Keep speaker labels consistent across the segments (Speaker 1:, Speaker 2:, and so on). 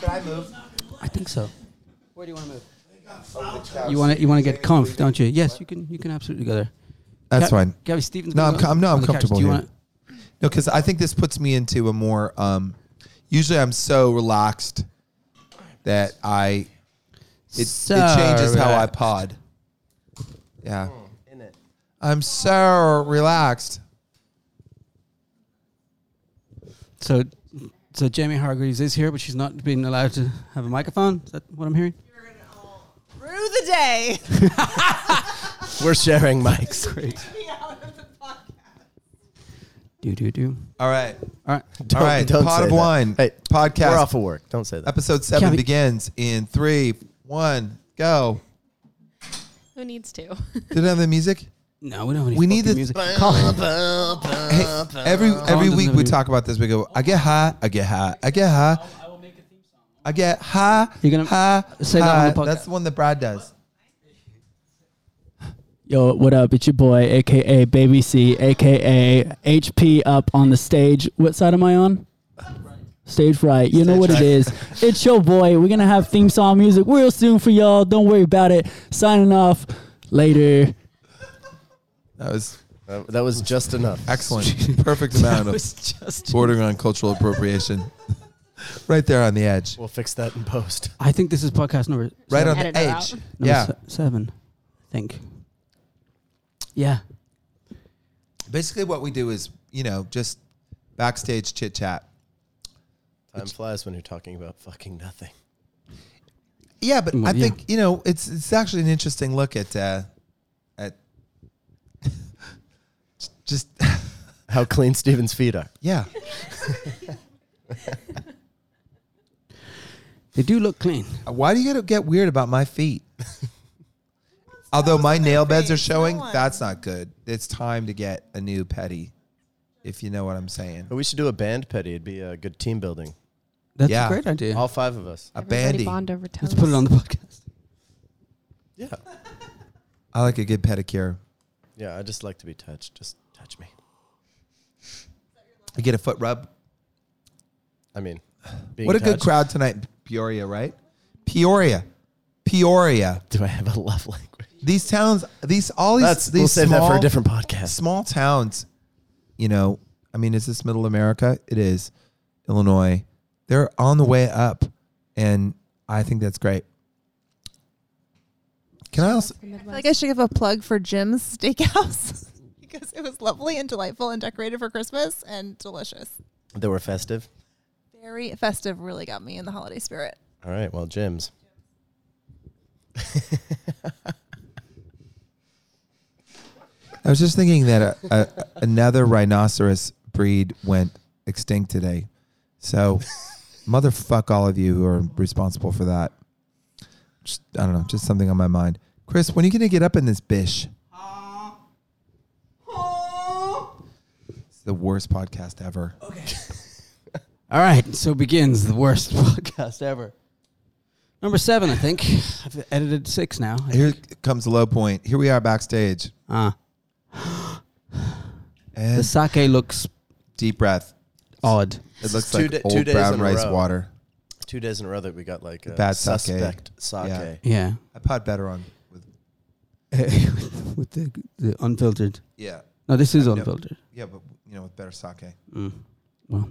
Speaker 1: Can I move?
Speaker 2: I think so. Where do you want to move?
Speaker 1: Over the couch.
Speaker 2: You want to you want to get comf, don't you? Yes, you can. You can absolutely go there.
Speaker 1: That's
Speaker 2: Ca-
Speaker 1: fine.
Speaker 2: Gabby Stevens.
Speaker 1: No,
Speaker 2: goes
Speaker 1: I'm
Speaker 2: on-
Speaker 1: com- no,
Speaker 2: on
Speaker 1: I'm
Speaker 2: the couch.
Speaker 1: comfortable
Speaker 2: Do you
Speaker 1: here.
Speaker 2: wanna-
Speaker 1: No, because I think this puts me into a more. Um, usually, I'm so relaxed that I it, it changes how I
Speaker 2: Sorry.
Speaker 1: pod. Yeah,
Speaker 3: Hmm. In it.
Speaker 1: I'm so relaxed.
Speaker 2: So, so Jamie Hargreaves is here, but she's not being allowed to have a microphone. Is that what I'm hearing?
Speaker 4: Through the day.
Speaker 3: We're sharing mics.
Speaker 2: Great.
Speaker 4: Be out of the podcast.
Speaker 2: Do do do.
Speaker 1: All right, all
Speaker 2: All right.
Speaker 1: right. Pot
Speaker 3: say
Speaker 1: of
Speaker 3: that.
Speaker 1: wine
Speaker 3: Hey,
Speaker 1: podcast.
Speaker 3: We're off of work. Don't say that.
Speaker 1: Episode seven
Speaker 2: Gabby-
Speaker 1: begins in three, one, go.
Speaker 5: Who needs to?
Speaker 1: Did I have the music?
Speaker 2: No, we don't have any.
Speaker 1: We need
Speaker 2: fucking
Speaker 1: this-
Speaker 2: music.
Speaker 1: Hey, every every
Speaker 2: doesn't
Speaker 1: week
Speaker 2: have
Speaker 1: we
Speaker 2: you.
Speaker 1: talk about this. We go, I get high, I get high, I get high. I get high.
Speaker 2: You're gonna
Speaker 1: high,
Speaker 2: say that on the
Speaker 1: high.
Speaker 2: podcast?
Speaker 1: That's the one that Brad does.
Speaker 6: Yo, what up? It's your boy, aka Baby C, aka HP up on the stage. What side am I on? Stage right. You know what it is. It's your boy. We're gonna have theme song music real soon for y'all. Don't worry about it. Signing off. Later.
Speaker 1: That was
Speaker 3: Uh, that was just enough.
Speaker 1: excellent, perfect amount of
Speaker 2: It's just.
Speaker 1: bordering on cultural appropriation. right there on the edge,
Speaker 3: We'll fix that in post.
Speaker 2: I think this is podcast number.
Speaker 1: right on
Speaker 5: Edit
Speaker 1: the
Speaker 5: it
Speaker 1: edge.
Speaker 5: out.
Speaker 2: number
Speaker 1: Yeah,
Speaker 2: se- seven. I think. Yeah.
Speaker 1: basically what we do is you know just backstage chit chat.
Speaker 3: Time flies when you're talking about fucking nothing.
Speaker 1: Yeah, but
Speaker 2: Well,
Speaker 1: I
Speaker 2: yeah.
Speaker 1: think you know it's it's actually an interesting look at uh, at just
Speaker 3: How clean Steven's feet are.
Speaker 1: yeah.
Speaker 2: They do look clean.
Speaker 1: Why do you gotta get weird about my feet? Although my nail beds are
Speaker 4: face, no
Speaker 1: showing,
Speaker 4: one.
Speaker 1: that's not good. It's time to get a new petty, if you know what I'm saying.
Speaker 3: But we should do a band petty. It'd be a good team building.
Speaker 2: That's
Speaker 1: Yeah.
Speaker 2: a great idea.
Speaker 3: All five of us.
Speaker 1: A
Speaker 5: Everybody
Speaker 1: bandy.
Speaker 5: Bond over toes.
Speaker 2: Let's put it on the podcast.
Speaker 3: Yeah.
Speaker 1: I like a good pedicure.
Speaker 3: Yeah. I just like to be touched. Just touch me.
Speaker 1: I get a foot rub.
Speaker 3: I mean, being
Speaker 1: what a good
Speaker 3: touched-
Speaker 1: crowd tonight, in Peoria, right? Peoria, Peoria.
Speaker 3: Do I have a love language?
Speaker 1: These towns, these all these.
Speaker 3: That's,
Speaker 1: these
Speaker 3: we'll save that for a
Speaker 1: small-
Speaker 3: different podcast.
Speaker 1: small towns, you know, I mean, is this middle America? It is. Illinois. They're on the way up. And I think that's great. Can I also?
Speaker 4: I feel like I should give a plug for Jim's Steakhouse because it was lovely and delightful and decorated for Christmas and delicious.
Speaker 3: They were festive.
Speaker 4: Very festive, really got me in the holiday spirit.
Speaker 3: All right. Well, Jim's.
Speaker 1: I was just thinking that a, a, another rhinoceros breed went extinct today. So, motherfuck all of you who are responsible for that. Just, I don't know, just something on my mind. Chris, when are you going to get up in this bish? It's the worst podcast ever.
Speaker 2: All right, so begins the worst podcast ever. Number seven, I think. I've edited six now.
Speaker 1: Here comes the low point. Here we are backstage.
Speaker 2: Ah, the
Speaker 1: And
Speaker 2: sake looks
Speaker 1: deep breath.
Speaker 2: odd.
Speaker 1: It looks
Speaker 3: two
Speaker 1: like
Speaker 3: da- two
Speaker 1: old
Speaker 3: days
Speaker 1: brown
Speaker 3: in a
Speaker 1: rice
Speaker 3: row.
Speaker 1: water.
Speaker 3: Two days in a row that we got like a
Speaker 1: Bad sake.
Speaker 3: suspect sake.
Speaker 1: Yeah.
Speaker 2: Yeah,
Speaker 1: I pod better on with
Speaker 2: with the, the unfiltered.
Speaker 1: yeah.
Speaker 2: No, this is
Speaker 1: I've never-
Speaker 2: unfiltered.
Speaker 1: Yeah, but you know, with better sake.
Speaker 2: Mm. Well,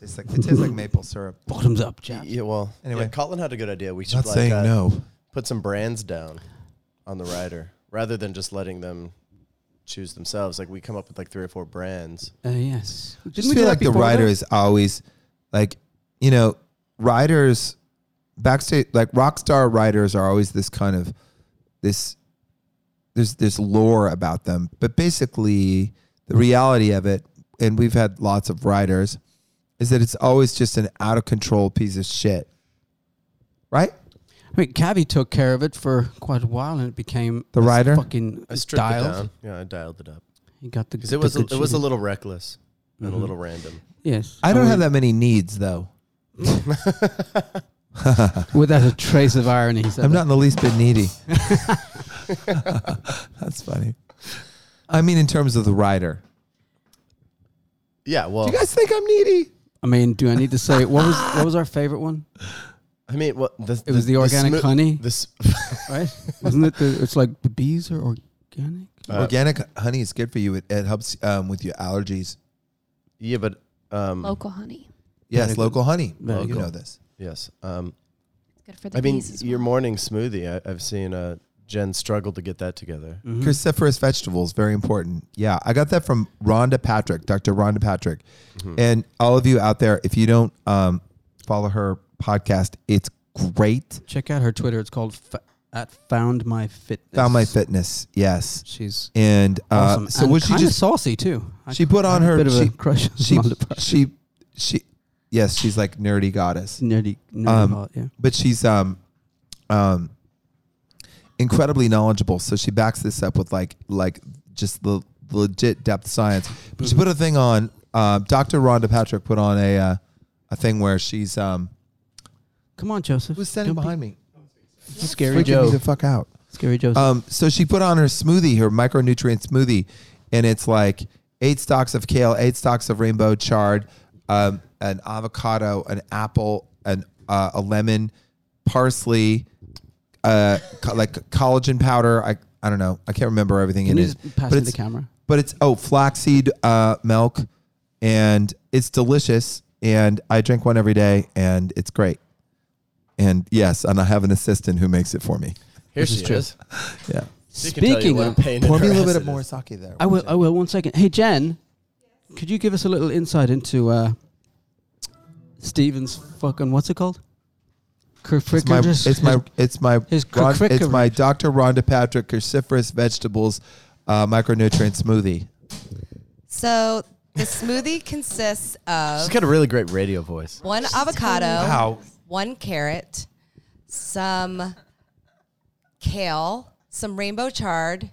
Speaker 1: It's like it tastes like maple syrup.
Speaker 2: bottoms up, Jack.
Speaker 3: Yeah, well,
Speaker 1: Anyway.
Speaker 3: anyway, Colin had a good idea. We should like uh,
Speaker 1: no.
Speaker 3: put some brands down on the rider rather than just letting them choose themselves. Like we come up with like three or four brands.
Speaker 2: Uh, yes. Didn't
Speaker 1: Just
Speaker 2: we do
Speaker 1: feel
Speaker 2: that
Speaker 1: like the
Speaker 2: before,
Speaker 1: rider
Speaker 2: though?
Speaker 1: is always like, you know, riders backstage like rock star riders are always this kind of this there's this lore about them. But basically the reality of it, and we've had lots of riders, is that it's always just an out of control piece of shit. Right?
Speaker 2: I mean, Cavi took care of it for quite a while, and it became
Speaker 1: The
Speaker 2: this
Speaker 1: rider?
Speaker 2: fucking
Speaker 3: I stripped
Speaker 2: dialed.
Speaker 3: it down. Yeah, I dialed it up
Speaker 2: He got the
Speaker 3: because it
Speaker 2: the
Speaker 3: was a,
Speaker 2: good
Speaker 3: it was a
Speaker 2: shit.
Speaker 3: little reckless and a
Speaker 2: Mhm.
Speaker 3: little random.
Speaker 2: yes. Oh,
Speaker 1: I don't
Speaker 2: And
Speaker 1: have that many needs though.
Speaker 2: we- without a trace of irony. he said
Speaker 1: I'm
Speaker 2: that.
Speaker 1: not in the least bit needy. That's funny. I mean, in terms of the rider.
Speaker 3: Yeah, well,
Speaker 1: Do you guys think I'm needy?
Speaker 2: I mean, do I need to say what was what was our favorite one?
Speaker 3: I mean, what the,
Speaker 2: It was the organic
Speaker 3: smo-
Speaker 2: honey?
Speaker 3: This
Speaker 2: Right? Wasn't it? The, it's like the bees are organic.
Speaker 3: uh,
Speaker 1: Organic honey is good for you. It, it helps um, with your allergies.
Speaker 3: yeah, but um,
Speaker 5: Local honey.
Speaker 1: Yes,
Speaker 2: Very good.
Speaker 1: local honey.
Speaker 2: Very
Speaker 1: you
Speaker 2: good.
Speaker 1: know this.
Speaker 3: yes. Um,
Speaker 5: It's good for the
Speaker 3: I mean,
Speaker 5: bees. as
Speaker 3: your
Speaker 5: well.
Speaker 3: morning smoothie. I, I've seen uh, Jen struggle to get that together.
Speaker 1: Mm-hmm.
Speaker 2: Mm-hmm.
Speaker 1: Cruciferous vegetables, very important. Yeah, I got that from Rhonda Patrick, Dr. Rhonda Patrick.
Speaker 2: Mm-hmm.
Speaker 1: And all of you out there, if you don't um, follow her podcast, it's great.
Speaker 2: Check out her Twitter. It's called fa- at Found My Fitness.
Speaker 1: Found my fitness, yes.
Speaker 2: She's
Speaker 1: And uh,
Speaker 2: awesome.
Speaker 1: so
Speaker 2: and
Speaker 1: was she
Speaker 2: kinda
Speaker 1: just?
Speaker 2: saucy too? I-
Speaker 1: She put
Speaker 2: I
Speaker 1: on
Speaker 2: had
Speaker 1: her-
Speaker 2: a bit of
Speaker 1: she-
Speaker 2: a crush. on
Speaker 1: She,
Speaker 2: Rhonda Park.
Speaker 1: she, she, yes, she's like nerdy goddess.
Speaker 2: nerdy, nerdy
Speaker 1: Um,
Speaker 2: hot, yeah.
Speaker 1: but she's um um incredibly knowledgeable so she backs this up with like like just the legit depth science but she put a thing on uh, dr rhonda patrick put on a uh, a thing where she's um
Speaker 2: Come on, Joseph.
Speaker 1: who's standing
Speaker 2: Don't be-
Speaker 1: behind me
Speaker 2: Scary
Speaker 1: freaking me
Speaker 2: Joe.
Speaker 1: the fuck out
Speaker 2: Scary Joseph.
Speaker 1: um so she put on her smoothie her micronutrient smoothie and it's like eight stalks of kale eight stalks of rainbow chard um an avocado an apple an uh, a lemon parsley uh, co- like collagen powder. I I don't know. I can't remember everything
Speaker 2: Can
Speaker 1: it
Speaker 2: you
Speaker 1: is.
Speaker 2: just pass
Speaker 1: but
Speaker 2: me the
Speaker 1: it's
Speaker 2: camera?
Speaker 1: but it's oh flaxseed uh, milk, and it's delicious. And I drink one every day, and it's great. And yes, and I have an assistant who makes it for me.
Speaker 3: Here
Speaker 2: This
Speaker 3: she
Speaker 2: is true.
Speaker 3: is.
Speaker 1: Yeah,
Speaker 3: She can tell you
Speaker 2: Speaking
Speaker 3: what a
Speaker 2: of-
Speaker 3: pain in
Speaker 1: pour me a
Speaker 3: her
Speaker 1: little
Speaker 3: ass
Speaker 1: bit
Speaker 3: it
Speaker 1: of more
Speaker 3: is.
Speaker 1: sake there.
Speaker 2: I will. I will. One second. Hey, Jen, could you give us a little insight into uh, Steven's fucking what's it called?
Speaker 1: It's my,
Speaker 2: Curcuricus.
Speaker 1: it's my, it's my,
Speaker 2: his
Speaker 1: Ron-
Speaker 2: crick-
Speaker 1: it's my Dr. Rhonda Patrick cruciferous vegetables uh, micronutrient smoothie.
Speaker 7: So the smoothie consists
Speaker 3: She's
Speaker 7: of
Speaker 3: got a really great radio voice.
Speaker 7: one avocado,
Speaker 1: Wow,
Speaker 7: one carrot, some kale, some rainbow chard,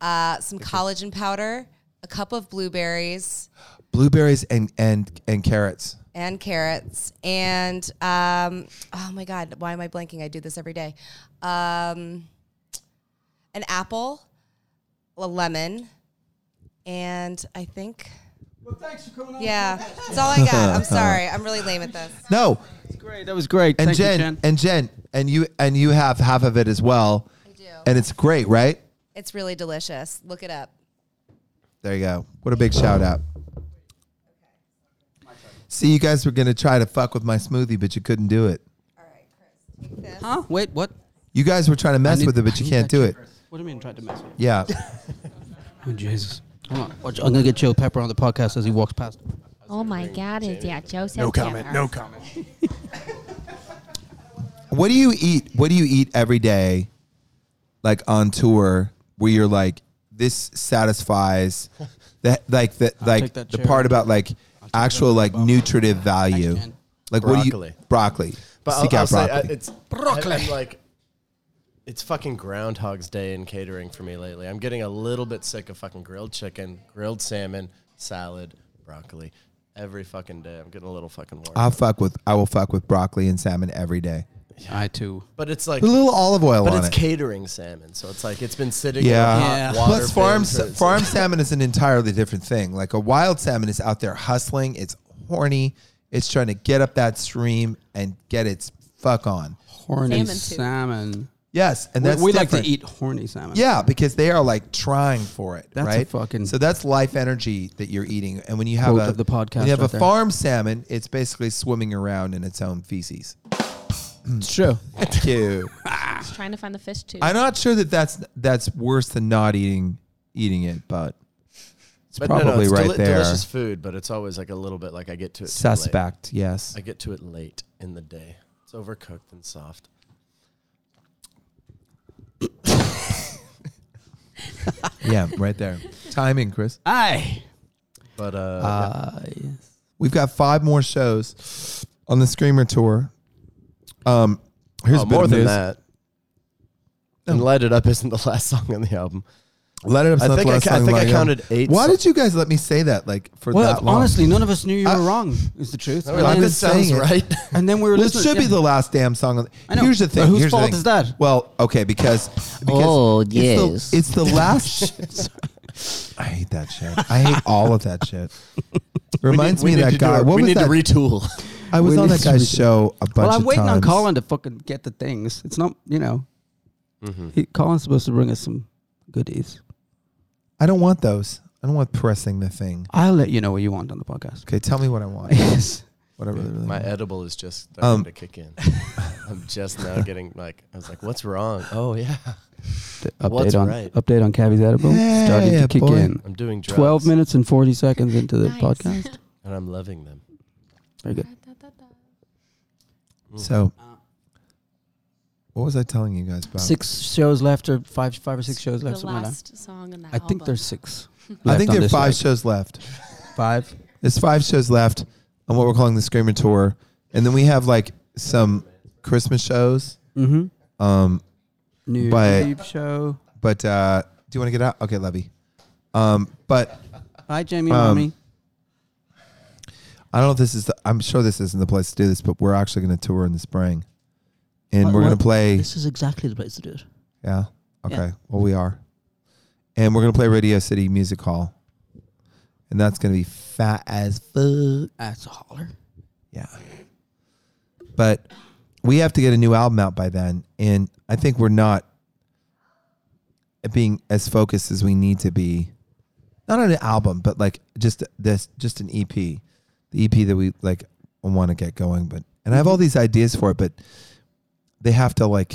Speaker 7: uh, some collagen powder, a cup of blueberries
Speaker 1: blueberries and and and carrots.
Speaker 7: and carrots, and um, oh my god, why am I blanking? I do this every day. Um, an apple, a lemon, and I think. Yeah, that's all I got. I'm sorry. I'm really lame at this.
Speaker 1: No,
Speaker 2: great. That was great.
Speaker 1: and
Speaker 2: Thank
Speaker 1: Jen,
Speaker 2: you, Jen.
Speaker 1: and Jen and you and you have half of it as well. I
Speaker 7: do.
Speaker 1: And it's great, right?
Speaker 7: It's really delicious. Look it up.
Speaker 1: There you go. What a big shout out. See, you guys were gonna try to fuck with my smoothie, but you couldn't do it.
Speaker 7: All right, Chris, take this.
Speaker 2: huh? Oh, Wait, what?
Speaker 1: You guys were trying to mess
Speaker 2: need-
Speaker 1: with it,
Speaker 2: I
Speaker 1: but you
Speaker 2: need
Speaker 1: can't
Speaker 2: that
Speaker 1: do it.
Speaker 2: What do you mean tried to mess with?
Speaker 1: Yeah.
Speaker 2: Oh Jesus! Hold on. Watch, I'm gonna get Joe Pepper on the podcast as he walks past.
Speaker 5: Oh my God! It's yeah, Joseph. No comment. No comment.
Speaker 1: what do you eat? What do you eat every day, like on tour, where you're like, this satisfies that, like that, like
Speaker 2: take that
Speaker 1: the
Speaker 2: chair.
Speaker 1: part about like actual like nutritive value.
Speaker 2: Jen.
Speaker 1: Like what do
Speaker 3: Broccoli.
Speaker 1: you broccoli?
Speaker 3: But
Speaker 1: Seek
Speaker 3: I'll, I'll
Speaker 1: out
Speaker 3: say,
Speaker 1: broccoli.
Speaker 3: uh, it's broccoli. like, it's fucking Groundhog's Day in catering for me lately. I'm getting a little bit sick of fucking grilled chicken, grilled salmon, salad, broccoli. Every fucking day, I'm getting a little fucking warm.
Speaker 1: I'll fuck with I will fuck with broccoli and salmon every day.
Speaker 2: I too.
Speaker 3: but it's like,
Speaker 1: Put a little olive oil
Speaker 3: but
Speaker 1: on
Speaker 3: it's
Speaker 1: it.
Speaker 3: catering salmon, so it's like it's been sitting.
Speaker 1: Yeah.
Speaker 3: Yeah.
Speaker 2: Yeah.
Speaker 3: In a hot water
Speaker 1: Plus, farm
Speaker 3: bin for-
Speaker 1: sa- farm salmon is an entirely different thing. Like a wild salmon is out there hustling. It's horny. It's trying to get up that stream and get its fuck on.
Speaker 2: Horny
Speaker 4: Salmon too.
Speaker 2: salmon.
Speaker 1: Yes, and
Speaker 2: We-
Speaker 1: that's
Speaker 2: we like
Speaker 1: different.
Speaker 2: to eat horny salmon.
Speaker 1: Yeah, because they are like trying for it.
Speaker 2: That's a
Speaker 1: right.
Speaker 2: fucking-
Speaker 1: so that's life energy that you're eating. And when you have
Speaker 2: Quote
Speaker 1: a
Speaker 2: of the podcast
Speaker 1: when you have
Speaker 2: right
Speaker 1: a
Speaker 2: there.
Speaker 1: farm salmon, it's basically swimming around in its own feces.
Speaker 2: it's true.
Speaker 1: Cute.
Speaker 5: Just trying to find the fish too.
Speaker 1: I'm not sure that that's that's worse than not eating eating it, but it's
Speaker 3: but no, no,
Speaker 1: probably
Speaker 3: it's
Speaker 1: right
Speaker 3: deli-
Speaker 1: there.
Speaker 3: Delicious food, but it's always like a little bit like I get to it. too late.
Speaker 1: Suspect, yes.
Speaker 3: I get to it late in the day. It's overcooked and soft.
Speaker 1: yeah, right there. Timing, Chris.
Speaker 2: Aye.
Speaker 3: But uh,
Speaker 2: Uh, yes.
Speaker 1: We've got five more shows on the Screamer tour. Um,
Speaker 3: yeah.
Speaker 1: here's
Speaker 3: Oh,
Speaker 1: a bit
Speaker 3: more
Speaker 1: of
Speaker 3: than
Speaker 1: news.
Speaker 3: that. And light it up isn't the last song on the album.
Speaker 1: Let it up.
Speaker 3: I
Speaker 1: not
Speaker 3: think
Speaker 1: the
Speaker 3: I
Speaker 1: last
Speaker 3: ca- I
Speaker 1: song
Speaker 3: think I
Speaker 1: lying down.
Speaker 3: counted eight
Speaker 1: Why
Speaker 3: so-
Speaker 1: did you guys let me say that? Like for
Speaker 2: Well,
Speaker 1: that long? Uh,
Speaker 2: honestly, none of us knew you
Speaker 1: I-
Speaker 2: were wrong. Is the truth.
Speaker 3: We're like,
Speaker 2: And-
Speaker 3: this sounds
Speaker 1: saying it.
Speaker 3: right.
Speaker 2: And then we were
Speaker 1: Well, it
Speaker 2: listening.
Speaker 1: should be
Speaker 2: yeah.
Speaker 1: the last damn song. On the,
Speaker 2: I know.
Speaker 1: Here's the
Speaker 2: But
Speaker 1: thing.
Speaker 2: whose
Speaker 1: here's the
Speaker 2: fault
Speaker 1: thing.
Speaker 2: is that?
Speaker 1: Well, okay, because, because
Speaker 8: Oh,
Speaker 1: it's the-
Speaker 8: yes.
Speaker 1: it's the last. I hate that shit. I hate all of that shit. Reminds
Speaker 3: We
Speaker 1: me
Speaker 3: need
Speaker 1: of that
Speaker 3: to do
Speaker 1: guy.
Speaker 3: a-
Speaker 1: What
Speaker 3: we
Speaker 1: was
Speaker 3: need
Speaker 1: that?
Speaker 3: to retool.
Speaker 1: I was
Speaker 2: we
Speaker 1: on
Speaker 2: need
Speaker 1: that
Speaker 2: to
Speaker 1: guy's
Speaker 2: redo-
Speaker 1: show a bunch
Speaker 2: Well, I'm
Speaker 1: of
Speaker 2: waiting on
Speaker 1: times.
Speaker 2: Colin to fucking get the things. It's not, you know,
Speaker 1: Mm-hmm.
Speaker 2: he, Colin's supposed to bring us some goodies.
Speaker 1: I don't want those. I don't want pressing the thing.
Speaker 2: I'll let you know what you want on the podcast.
Speaker 1: Okay, tell me what I want.
Speaker 2: yes.
Speaker 1: What I really, really
Speaker 3: My
Speaker 1: want.
Speaker 3: edible is just starting
Speaker 1: Um,
Speaker 3: to kick in. I'm just now getting like I was like, what's wrong? Oh yeah,
Speaker 2: update
Speaker 3: What's
Speaker 2: on
Speaker 3: right?
Speaker 2: update on Cavi's edible
Speaker 1: Yeah,
Speaker 2: starting to kick
Speaker 1: boy.
Speaker 2: in.
Speaker 3: I'm doing drugs.
Speaker 2: Twelve minutes and forty seconds into the
Speaker 5: Nice.
Speaker 2: podcast.
Speaker 3: and I'm loving them.
Speaker 2: Very good.
Speaker 3: Mm.
Speaker 1: So,
Speaker 3: Uh,
Speaker 1: what was I telling you guys about?
Speaker 2: Six shows left, or five, five or six shows left.
Speaker 5: The
Speaker 2: something like that.
Speaker 5: last song in the
Speaker 2: I think
Speaker 5: album.
Speaker 2: there's six.
Speaker 1: I think
Speaker 2: left on
Speaker 1: there are
Speaker 2: this
Speaker 1: five
Speaker 2: leg.
Speaker 1: shows left.
Speaker 2: Five.
Speaker 1: There's five shows left on what we're calling the Screamer Tour, and then we have like some Christmas shows.
Speaker 2: Mm-hmm.
Speaker 1: Um,
Speaker 2: New
Speaker 1: But-
Speaker 2: Eve show.
Speaker 1: but uh, do you want to get out? Okay, Levy. Um, but
Speaker 2: Hi, Jamie,
Speaker 1: Um,
Speaker 2: mommy.
Speaker 1: I don't know if this is. The, I'm sure this isn't the place to do this, but we're actually going to tour in the spring, and
Speaker 6: What-
Speaker 1: we're going
Speaker 6: what?
Speaker 1: to play.
Speaker 6: This is exactly the place to do it.
Speaker 1: Yeah. Okay.
Speaker 6: Yeah.
Speaker 1: Well, we are, and we're going to play Radio City Music Hall, and that's going to be fat as fuck.
Speaker 2: That's a holler.
Speaker 1: Yeah. But we have to get a new album out by then. And I think we're not being as focused as we need to be. Not on an album, but like just this, just an EP, the EP that we like want to get going. But, and I have all these ideas for it, but they have to like,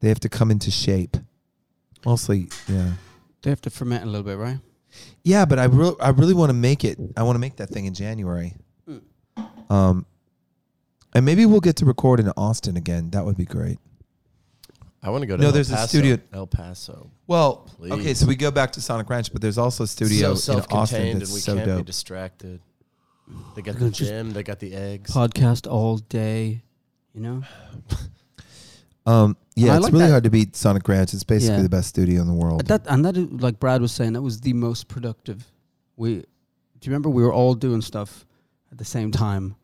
Speaker 1: they have to come into shape. Mostly, yeah.
Speaker 2: They have to ferment a little bit, right?
Speaker 1: Yeah, but I really, I really want to make it. I want to make that thing in January. Um, and maybe we'll get to record in Austin again. That would be great.
Speaker 3: I want to go to
Speaker 1: No,
Speaker 3: El
Speaker 1: there's a
Speaker 3: Paso.
Speaker 1: studio-
Speaker 3: El Paso.
Speaker 1: Well,
Speaker 3: Please.
Speaker 1: okay, so we go back to Sonic Ranch, but there's also a studio
Speaker 3: so
Speaker 1: in Austin
Speaker 3: self-contained,
Speaker 1: that's
Speaker 3: and we
Speaker 1: so
Speaker 3: can't be
Speaker 1: dope.
Speaker 3: distracted. They got
Speaker 2: We're gonna
Speaker 3: the
Speaker 2: just-
Speaker 3: gym. They got the eggs.
Speaker 2: Podcast all day. You know,
Speaker 1: um, yeah,
Speaker 2: I
Speaker 1: it's
Speaker 2: like
Speaker 1: really
Speaker 2: that.
Speaker 1: hard to beat Sonic Ranch. It's basically
Speaker 2: Yeah.
Speaker 1: the best studio in the
Speaker 2: But
Speaker 1: world.
Speaker 2: that and that, is- like Brad was saying, that was the most productive. We, do you remember we were all doing stuff at the same time?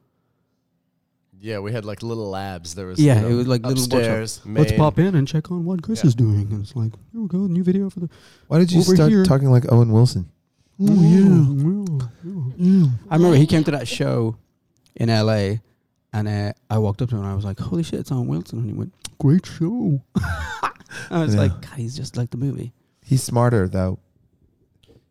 Speaker 3: Yeah, we had like little labs. There was
Speaker 2: Yeah,
Speaker 3: you know,
Speaker 2: it was like little workshop.
Speaker 3: upstairs.
Speaker 6: Let's
Speaker 3: main-
Speaker 6: pop in and check on what Chris
Speaker 3: Yeah.
Speaker 6: is doing. And it's like, here we go, new video for the.
Speaker 1: Why did you
Speaker 6: Over
Speaker 1: start
Speaker 6: here.
Speaker 1: talking like Owen Wilson?
Speaker 6: oh,
Speaker 2: I remember he came to that show in L.A. and uh, I walked up to him and I was like, "Holy shit, it's on Wilson!" And he went,
Speaker 6: Great show.
Speaker 2: "I was
Speaker 1: Yeah.
Speaker 2: like, God, he's just like the movie."
Speaker 1: He's smarter though.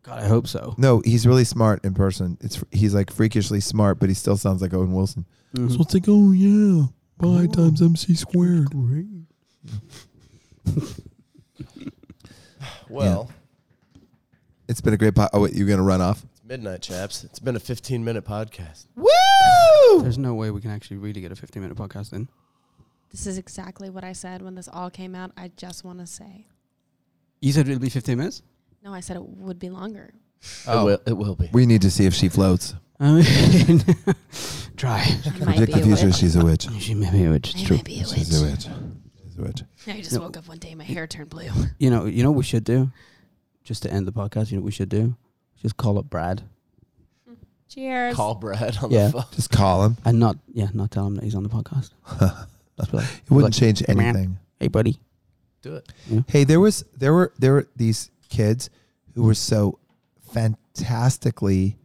Speaker 2: God, I hope so.
Speaker 1: No, he's really smart in person. It's he's like freakishly smart, but he still sounds like Owen Wilson.
Speaker 2: Mhm.
Speaker 1: it's like, oh yeah, pi times MC squared.
Speaker 6: Great.
Speaker 3: Well,
Speaker 1: It's been a great po- Oh, wait, you're going to run off?
Speaker 3: it's midnight, chaps. It's been a 15-minute podcast.
Speaker 1: Woo!
Speaker 2: There's no way we can actually really get a 15 minute podcast in.
Speaker 5: This is exactly what I said when this all came out. I just want to say.
Speaker 2: You said it'd be 15 minutes.
Speaker 5: No, I said it would be longer.
Speaker 3: It will. It will be.
Speaker 1: We need to see if she floats.
Speaker 2: I mean, try.
Speaker 5: I
Speaker 1: To
Speaker 5: might
Speaker 1: predict
Speaker 5: be
Speaker 1: the
Speaker 5: a witch.
Speaker 1: future, she's a witch.
Speaker 2: She may be a witch.
Speaker 5: I
Speaker 2: It's true.
Speaker 5: might be a
Speaker 1: She's a
Speaker 5: witch.
Speaker 1: witch. She's a witch.
Speaker 5: I just
Speaker 2: No.
Speaker 5: woke up one day, my hair turned blue.
Speaker 2: You know, you know what we should do? Just to end the podcast, you know what we should do? Just call up Brad
Speaker 5: Cheers.
Speaker 3: Call Brad on
Speaker 2: Yeah.
Speaker 3: the phone.
Speaker 1: Just call him.
Speaker 2: and not, yeah, not tell him that he's on the podcast. Just be like,
Speaker 1: It wouldn't
Speaker 2: Like,
Speaker 1: change
Speaker 2: man.
Speaker 1: anything.
Speaker 2: hey, buddy.
Speaker 3: Do it.
Speaker 1: Hey, there was there were there were these kids who were so fantastically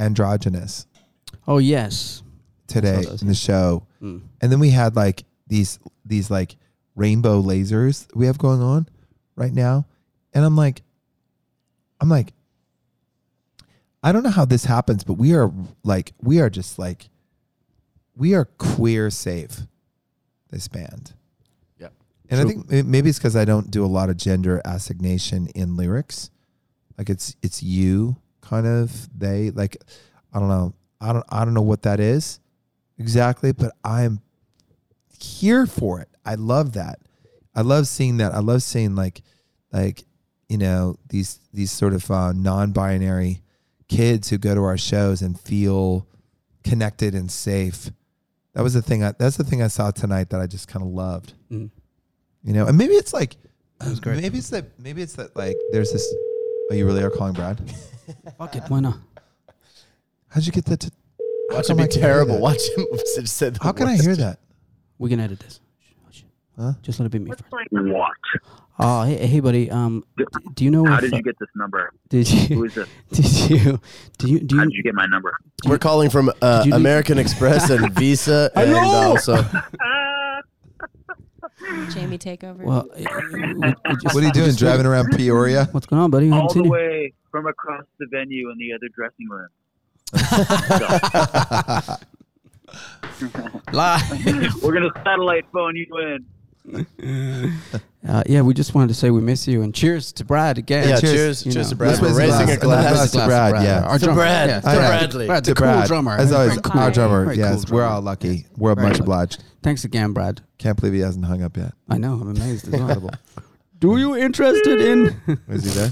Speaker 1: androgynous
Speaker 2: Oh yes.
Speaker 1: today
Speaker 2: those.
Speaker 1: in the show.
Speaker 2: Mm.
Speaker 1: And then we had like these these like rainbow lasers that we have going on right now. And I'm like I'm like I don't know how this happens, but we are like we are just like we are queer safe this band.
Speaker 3: Yeah.
Speaker 1: And I
Speaker 2: True.
Speaker 1: think may- maybe it's cuz I don't do a lot of gender assignation in lyrics. Like it's it's you kind of they like I don't know. I don't I don't know what that is exactly, but I'm here for it. I love that. I love seeing that. I love seeing like like you know these these sort of uh, non-binary kids who go to our shows and feel connected and safe. That was the thing. I, that's the thing I saw tonight that I just kind of loved.
Speaker 2: Mm.
Speaker 1: You know, and maybe it's like
Speaker 2: was great.
Speaker 1: maybe it's that maybe it's that like there's this. Oh, you really are calling Brad?
Speaker 2: Fuck it, why not?
Speaker 1: How'd you get that? To, how
Speaker 3: Watch
Speaker 1: come
Speaker 3: it be
Speaker 1: I can't hear
Speaker 3: terrible.
Speaker 1: that?
Speaker 3: Watch him. Just said the
Speaker 1: How can I
Speaker 3: worst.
Speaker 1: hear that?
Speaker 2: We can edit this. Just let it be me. First.
Speaker 8: What?
Speaker 2: Oh, hey, hey, buddy. Um, d- do you know
Speaker 8: How
Speaker 2: if,
Speaker 8: did
Speaker 2: uh,
Speaker 8: you get this number?
Speaker 2: did
Speaker 8: Who
Speaker 2: you
Speaker 8: is this?
Speaker 2: did you do you do
Speaker 8: How
Speaker 2: you
Speaker 8: did you get my number?
Speaker 3: We're calling from uh,
Speaker 2: Did you do-
Speaker 3: American Express and Visa,
Speaker 2: I
Speaker 3: and
Speaker 2: know!
Speaker 3: also
Speaker 5: Jamie takeover.
Speaker 2: well? uh, would- would
Speaker 1: What are you doing? Driving around Peoria?
Speaker 2: What's going on, buddy? I haven't
Speaker 8: All
Speaker 2: seen
Speaker 8: the
Speaker 2: you.
Speaker 8: way from across the venue in the other dressing room.
Speaker 2: Live.
Speaker 8: We're gonna satellite phone you in.
Speaker 2: Uh, yeah, we just wanted to say we miss you and cheers to Brad again.
Speaker 3: yeah.
Speaker 1: cheers,
Speaker 3: Cheers,
Speaker 2: you
Speaker 3: cheers to
Speaker 2: know.
Speaker 3: Brad.
Speaker 1: Let's
Speaker 3: We're
Speaker 1: raise a
Speaker 3: raising
Speaker 1: glass.
Speaker 3: a
Speaker 1: Glass
Speaker 3: glass.
Speaker 1: to Brad, yeah.
Speaker 2: Our
Speaker 3: To
Speaker 2: drummer,
Speaker 3: Brad.
Speaker 2: yeah.
Speaker 3: To Bradley.
Speaker 2: Brad's a
Speaker 1: To
Speaker 2: cool
Speaker 1: Brad.
Speaker 2: drummer.
Speaker 1: As always,
Speaker 2: Very
Speaker 1: our
Speaker 2: cool.
Speaker 1: drummer.
Speaker 2: Very cool
Speaker 1: yes, we're
Speaker 2: drummer.
Speaker 1: all lucky. We're
Speaker 2: Very
Speaker 1: much
Speaker 2: lucky.
Speaker 1: obliged.
Speaker 2: Thanks again, Brad.
Speaker 1: Can't believe he hasn't hung up yet.
Speaker 2: I know, I'm amazed. As well.
Speaker 1: Incredible.
Speaker 2: Do you interested in?
Speaker 1: Is he there?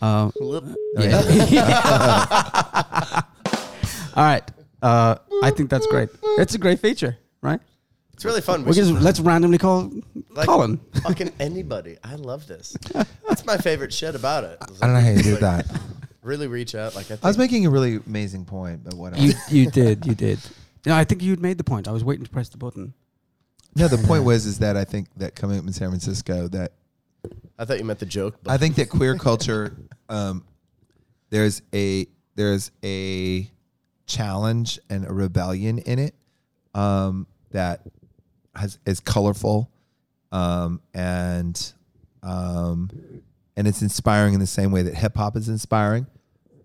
Speaker 2: Uh,
Speaker 1: Oh,
Speaker 3: Brad.
Speaker 2: yeah. All right. Uh, I think that's great. It's a great feature, right?
Speaker 3: It's really fun. We
Speaker 2: We
Speaker 3: should
Speaker 2: just, let's randomly call
Speaker 3: Like-
Speaker 2: Colin.
Speaker 3: fucking anybody. I love this. That's my favorite shit about it.
Speaker 1: I don't know how you did
Speaker 3: Like,
Speaker 1: that.
Speaker 3: Really reach out. Like I, think,
Speaker 1: I was making a really amazing point, but what?
Speaker 2: You, you did. You did. No, I think you'd made the point. I was waiting to press the button.
Speaker 1: No, the point was is that I think that coming up in San Francisco, that
Speaker 3: I thought you meant the joke. But
Speaker 1: I think that queer culture, um, there's a there's a challenge and a rebellion in it um, that has, is colorful um, and um, and it's inspiring in the same way that hip hop is inspiring.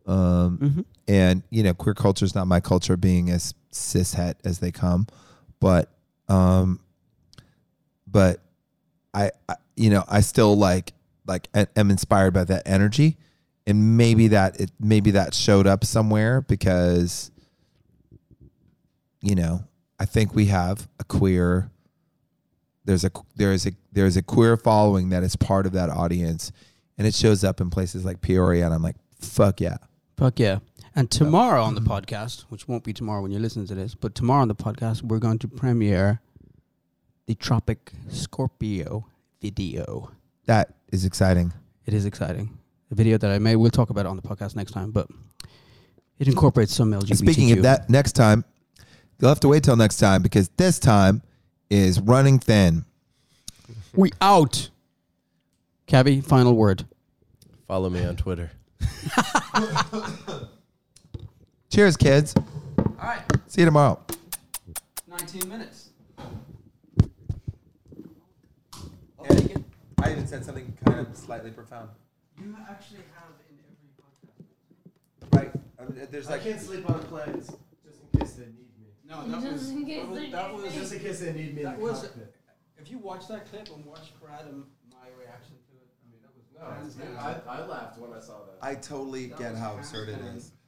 Speaker 1: Um, And you know, queer culture is not my culture, being as cis het as they come, but um, but I, I you know I still like like a- am inspired by that energy and maybe that it maybe that showed up somewhere because you know I think we have a queer there's a there is a there is a queer following that is part of that audience and it shows up in places like Peoria and I'm like fuck yeah
Speaker 2: Fuck yeah. And tomorrow on the
Speaker 1: Mm-hmm.
Speaker 2: podcast, which won't be tomorrow when you listen to this, but tomorrow on the podcast, we're going to premiere the Tropic Scorpio video.
Speaker 1: that is exciting
Speaker 2: It is exciting. A video that I made. We'll talk about it on the podcast next time, but it incorporates some LGBTQ.
Speaker 1: And Speaking of that, next time, you'll have to wait till next time because this time is running thin.
Speaker 2: we out. Cabby, final word.
Speaker 3: follow me on Twitter.
Speaker 1: Cheers, kids. All right. See you tomorrow.
Speaker 2: 19 minutes.
Speaker 1: I even said something kind of slightly profound.
Speaker 2: You actually have in every podcast.
Speaker 1: Right. there's
Speaker 3: sleep on planes just in case they need me.
Speaker 2: No, that was. That was,
Speaker 3: Just in case they need me.
Speaker 2: That was, if you watch that clip and watch Brad and my reaction to it, I mean, that was.
Speaker 3: I, I laughed when I saw that.
Speaker 1: I totally get how absurd it is.